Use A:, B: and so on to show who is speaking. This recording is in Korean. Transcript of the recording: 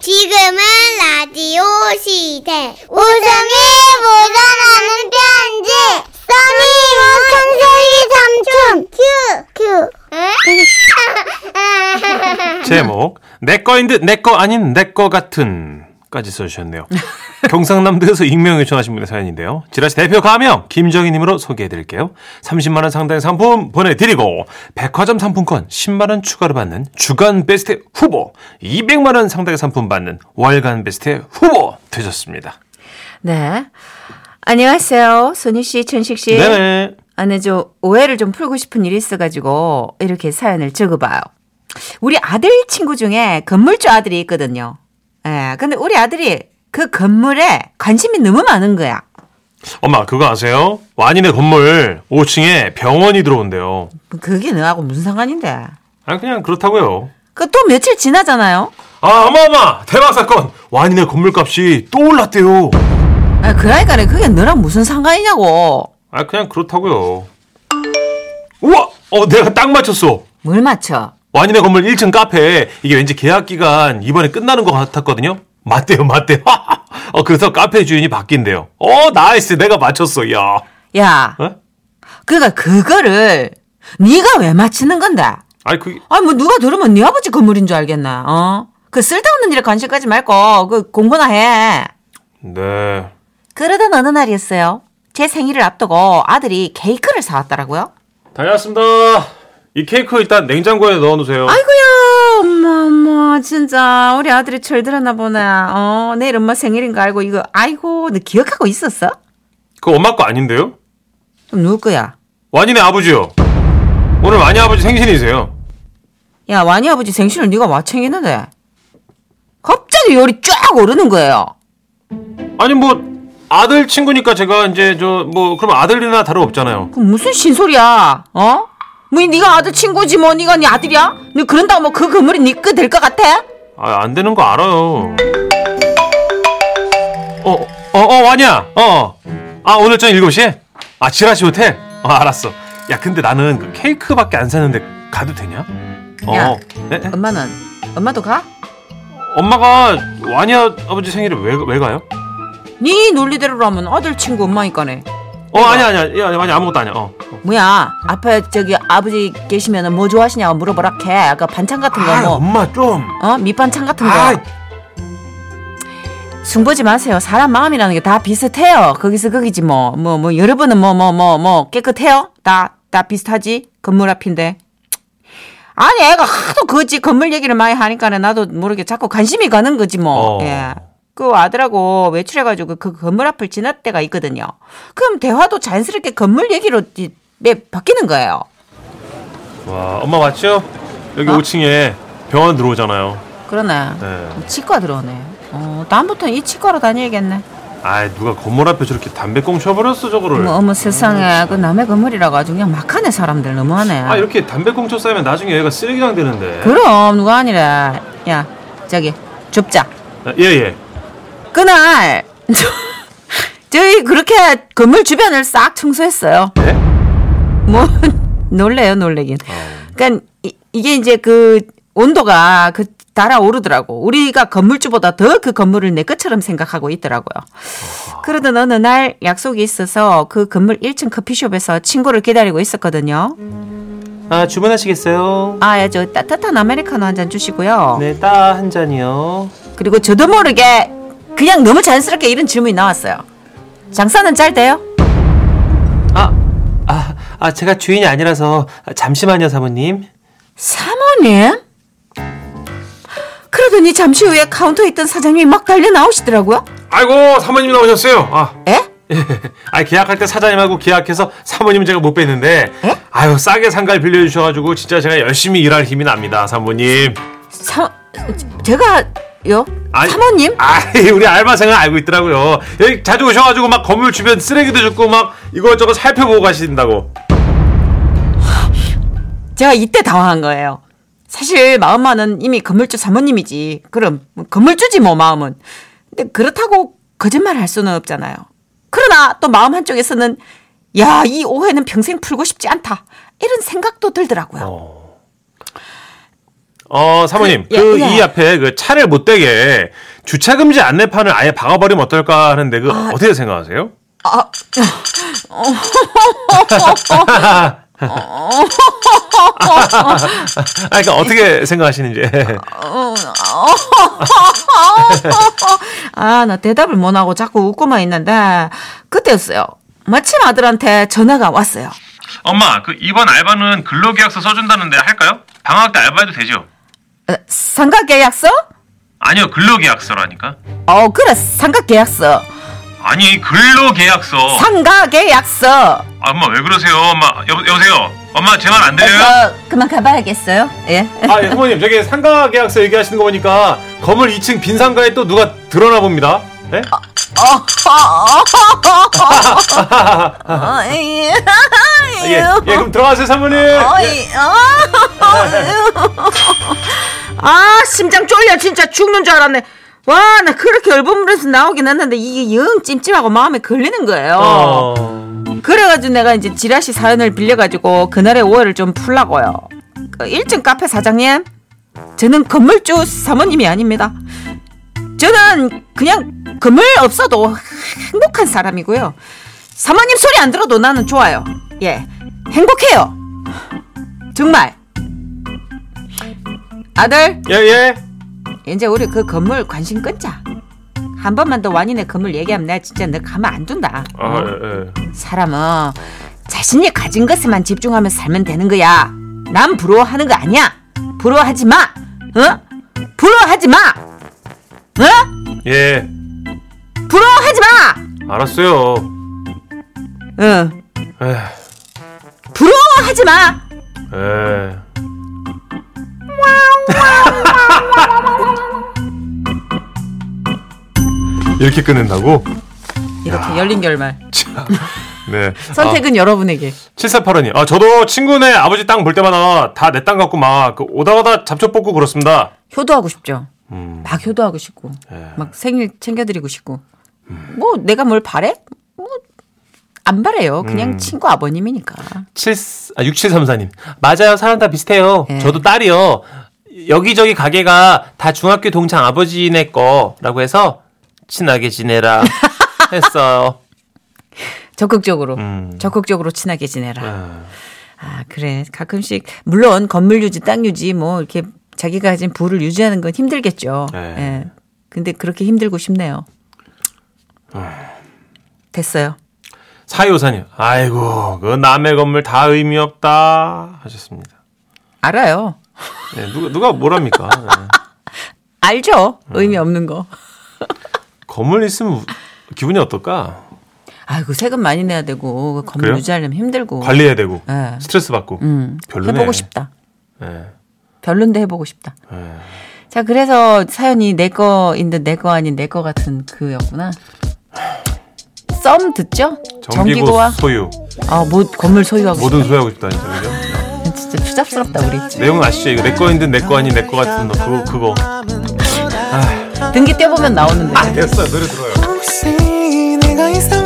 A: 지금은 라디오 시대. 웃음이 묻어나는 편지. 써니 우천세기 삼촌. 큐. 큐.
B: 제목 내 거인 듯 내 거 아닌 내 거 같은 까지 써주셨네요. 경상남도에서 익명 요청하신 분의 사연인데요. 지라시 대표 가명 김정희님으로 소개해드릴게요. 30만 원 상당의 상품 보내드리고 백화점 상품권 10만 원 추가로 받는 주간 베스트 후보 200만 원 상당의 상품 받는 월간 베스트 후보 되셨습니다.
C: 네. 안녕하세요. 소니 씨, 천식 씨.
B: 네네.
C: 아니, 저 오해를 좀 풀고 싶은 일이 있어가지고 이렇게 사연을 적어봐요. 우리 아들 친구 중에 건물주 아들이 있거든요. 예, 근데 우리 아들이 그 건물에 관심이 너무 많은 거야.
B: 엄마 그거 아세요? 완인의 건물 5층에 병원이 들어온대요.
C: 그게 너하고 무슨 상관인데.
B: 아 그냥 그렇다고요.
C: 그 또 며칠 지나잖아요.
B: 아, 어마어마! 대박 사건! 완인의 건물값이 또 올랐대요.
C: 아, 그러니까 그게 너랑 무슨 상관이냐고.
B: 아, 그냥 그렇다고요. 우와! 어, 내가 딱 맞췄어.
C: 뭘 맞춰?
B: 완인의 건물 1층 카페 이게 왠지 계약 기간 이번에 끝나는 것 같았거든요. 맞대요, 맞대요. 어, 그래서 카페 주인이 바뀐대요. 어, 나이스. 내가 맞췄어. 야.
C: 야,
B: 어?
C: 그러니까 그거를 네가 왜 맞추는 건데?
B: 아니, 그게
C: 아니 뭐 누가 들으면 네 아버지 건물인 줄 알겠나? 어? 그 쓸데없는 일에 관심 가지 말고 그 공부나 해.
B: 네.
C: 그러던 어느 날이었어요. 제 생일을 앞두고 아들이 케이크를 사왔더라고요.
B: 다녀왔습니다. 이 케이크 일단 냉장고에 넣어 놓으세요.
C: 아이고야, 엄마, 엄마, 진짜 우리 아들이 철들었나 보네. 어, 내일 엄마 생일인 거 알고 이거 아이고, 너 기억하고 있었어?
B: 그거 엄마 거 아닌데요?
C: 그럼 누구 거야?
B: 완인의 아버지요. 오늘 완인 아버지 생신이세요.
C: 야, 완이 아버지 생신을 네가 마챙기는데 갑자기 열이 쫙 오르는 거예요.
B: 아니 뭐 아들 친구니까 제가 이제 저 뭐 그럼 아들이나 다름 없잖아요.
C: 그 무슨 신소리야? 어? 뭐 네가 아들 친구지 뭐 네가 네 아들이야? 너 그런다고 뭐 그 그물이 네거될것 같아?
B: 아 안 되는 거 알아요. 어어어 어, 아니야. 어. 아 오늘 저녁 7시에? 아 지라시 호텔? 어 알았어. 야 근데 나는 그 케이크밖에 안 샀는데 가도 되냐? 어.
C: 야.
B: 에? 에?
C: 엄마는 엄마도 가?
B: 엄마가 와니아 아버지 생일에 왜, 왜 가요?
C: 네 논리대로라면 아들 친구 엄마니까네.
B: 어 아니야 아니야. 야, 아니 아무것도 아니야. 어. 어.
C: 뭐야? 앞에 저기 아버지 계시면은 뭐 좋아하시냐고 물어보라 캐. 아까 반찬 같은 거
B: 아,
C: 뭐.
B: 엄마 좀.
C: 어? 밑반찬 같은 거.
B: 아,
C: 숭보지 마세요. 사람 마음이라는 게 다 비슷해요. 거기서 거기지 뭐. 뭐 뭐 여러분은 뭐 뭐 뭐 뭐 깨끗해요? 다 다 비슷하지. 건물 앞인데. 아니 애가 하도 그지 건물 얘기를 많이 하니까는 나도 모르게 자꾸 관심이 가는 거지 뭐.
B: 어.
C: 예. 그 아들하고 외출해가지고 그 건물 앞을 지날 때가 있거든요. 그럼 대화도 자연스럽게 건물 얘기로 이- 네, 바뀌는 거예요.
B: 와, 엄마 맞죠? 여기
C: 어?
B: 5층에 병원 들어오잖아요.
C: 그러네.
B: 네.
C: 치과 들어오네. 어, 다음부터는 이 치과로 다녀야겠네.
B: 아 누가 건물 앞에 저렇게 담배꽁 쳐버렸어 저거를
C: 뭐 어머, 어머 세상에 그 남의 건물이라고 아주 그냥 막하네 사람들 너무하네.
B: 아 이렇게 담배꽁 쳐 쌓이면 나중에 얘가 쓰레기장 되는데
C: 그럼 누가 아니래. 야 저기 줍자.
B: 아, 예예
C: 그날 저- 저희 그렇게 건물 주변을 싹 청소했어요.
B: 네?
C: 뭐 놀래요 놀래긴.
B: 아.
C: 그러니까 이, 게 이제 그 온도가 그 달아오르더라고. 우리가 건물주보다 더 그 건물을 내 것처럼 생각하고 있더라고요. 그러던 어느 날 약속이 있어서 그 건물 1층 커피숍에서 친구를 기다리고 있었거든요.
B: 아 주문하시겠어요?
C: 아, 예, 저 따뜻한 아메리카노 한 잔 주시고요.
B: 네따 한 잔이요
C: 그리고 저도 모르게 그냥 너무 자연스럽게 이런 질문이 나왔어요. 장사는 잘 돼요?
B: 아, 아, 아 제가 주인이 아니라서 잠시만요 사모님
C: 사모님? 그러더니 잠시 후에 카운터에 있던 사장님이 막 달려 나오시더라고요.
B: 아이고 사모님 나오셨어요 아,
C: 에?
B: 아 계약할 때 사장님하고 계약해서 사모님 제가 못 뵀는데 아유 싸게 상가를 빌려주셔가지고 진짜 제가 열심히 일할 힘이 납니다 사모님
C: 사, 제가요?
B: 아니,
C: 사모님?
B: 아이 우리 알바생은 알고 있더라고요. 여기 자주 오셔가지고 막 건물 주변 쓰레기도 줍고 막 이것저것 살펴보고 가신다고.
C: 제가 이때 당황한 거예요. 사실 마음만은 이미 건물주 사모님이지. 그럼 뭐 건물주지 뭐 마음은. 근데 그렇다고 거짓말 할 수는 없잖아요. 그러나 또 마음 한쪽에서는 야, 이 오해는 평생 풀고 싶지 않다. 이런 생각도 들더라고요.
B: 어. 어, 사모님,
C: 그, 예,
B: 그 이
C: 예.
B: 앞에 그 차를 못 대게 주차 금지 안내판을 아예 박아버리면 어떨까 하는데 그 어떻게 생각하세요?
C: 아, 어.
B: 아, 그러니까 어떻게 생각하시는지.
C: 아, 나 대답을 못 하고 자꾸 웃고만 있는데 그때였어요. 마침 아들한테 전화가 왔어요.
B: 엄마, 그 이번 알바는 근로계약서 써준다는데 할까요? 방학 때 알바해도 되죠?
C: 어, 상가계약서?
B: 아니요, 근로계약서라니까.
C: 어, 그래, 상가계약서.
B: 아니, 근로계약서.
C: 상가계약서.
B: 아, 엄마 왜 그러세요? 엄마, 여, 여보세요? 엄마 제 말 안
C: 어, 그만 가봐야겠어요. 예.
B: 아, 예, 사모님, 저기 상가 계약서 얘기하시는 거 보니까 건물 2층 빈 상가에 또 누가 드러나 봅니다. 네?
C: 어, 예.
B: 아, 예, 예, 그럼 들어가세요, 사모님. 예.
C: 어이, 어. 아, 심장 쫄려. 진짜 죽는 줄 알았네. 와, 나 그렇게 열분물에서 나오긴 했는데 이게 영 찜찜하고 마음에 걸리는 거예요.
B: 어.
C: 그래가지고 내가 이제 지라시 사연을 빌려가지고 그날의 오해를 좀 풀라고요. 그 1층 카페 사장님, 저는 건물주 사모님이 아닙니다. 저는 그냥 건물 없어도 행복한 사람이고요. 사모님 소리 안 들어도 나는 좋아요. 예, 행복해요. 정말. 아들,
B: 예, 예.
C: 이제 우리 그 건물 관심 끊자. 한 번만 더 완인의 건물 얘기하면 내가 진짜 너 가만 안 둔다.
B: 아, 예, 예.
C: 사람은 자신이 가진 것에만 집중하면 살면 되는 거야. 남 부러워하는 거 아니야. 부러워하지 마. 어? 부러워하지 마. 어?
B: 예,
C: 부러워하지 마.
B: 알았어요. 예,
C: 어.
B: 에,
C: 부러워하지 마.
B: 에. 이렇게 끊는다고?
C: 이렇게 열린 결말.
B: 네.
C: 선택은 여러분에게.
B: 7485님. 아, 저도 친구네 아버지 땅 볼 때마다 다 내 땅 갖고 막그 오다 가다 잡초 뽑고 그렇습니다.
C: 효도하고 싶죠.
B: 음.
C: 막 효도하고 싶고,
B: 예.
C: 막 생일 챙겨드리고 싶고. 뭐 내가 뭘 바래? 뭐. 안 바래요. 그냥 친구 아버님이니까.
B: 7, 아, 6734님. 맞아요. 사람 다 비슷해요.
C: 예.
B: 저도 딸이요. 여기저기 가게가 다 중학교 동창 아버지네 거라고 해서 친하게 지내라 했어요.
C: 적극적으로,
B: 음.
C: 적극적으로 친하게 지내라.
B: 아,
C: 아, 그래. 가끔씩 물론 건물 유지, 땅 유지 뭐 이렇게 자기가 가진 부를 유지하는 건 힘들겠죠. 예.
B: 네.
C: 근데 그렇게 힘들고 싶네요.
B: 아.
C: 됐어요.
B: 사요사님. 아이고, 그 남의 건물 다 의미 없다 하셨습니다.
C: 알아요.
B: 예, 누가, 누가 뭐랍니까? 예.
C: 알죠. 의미 없는 거.
B: 건물 있으면 우- 기분이 어떨까?
C: 아이고 세금 많이 내야 되고 그 건물
B: 그래요?
C: 유지하려면 힘들고.
B: 관리해야 되고
C: 예.
B: 스트레스 받고
C: 음.
B: 별로네.
C: 해보고 싶다.
B: 예.
C: 별론데 해보고 싶다.
B: 예.
C: 자 그래서 사연이 내 거인데 내 거 아닌 내 거 같은 그였구나. 썸 듣죠?
B: 정기고 소유
C: 아뭐 건물 소유하고
B: 모든 소유하고 싶다 진짜 그죠?
C: 진짜 추잡스럽다 우리
B: 내용 아시죠? 이거 내 거인데 내 거 아닌 내 거 같은 거 그거 그거
C: 등기 떼보면 나오는데
B: 됐어요 예, 노래 들어요
D: 혹시 내가 이상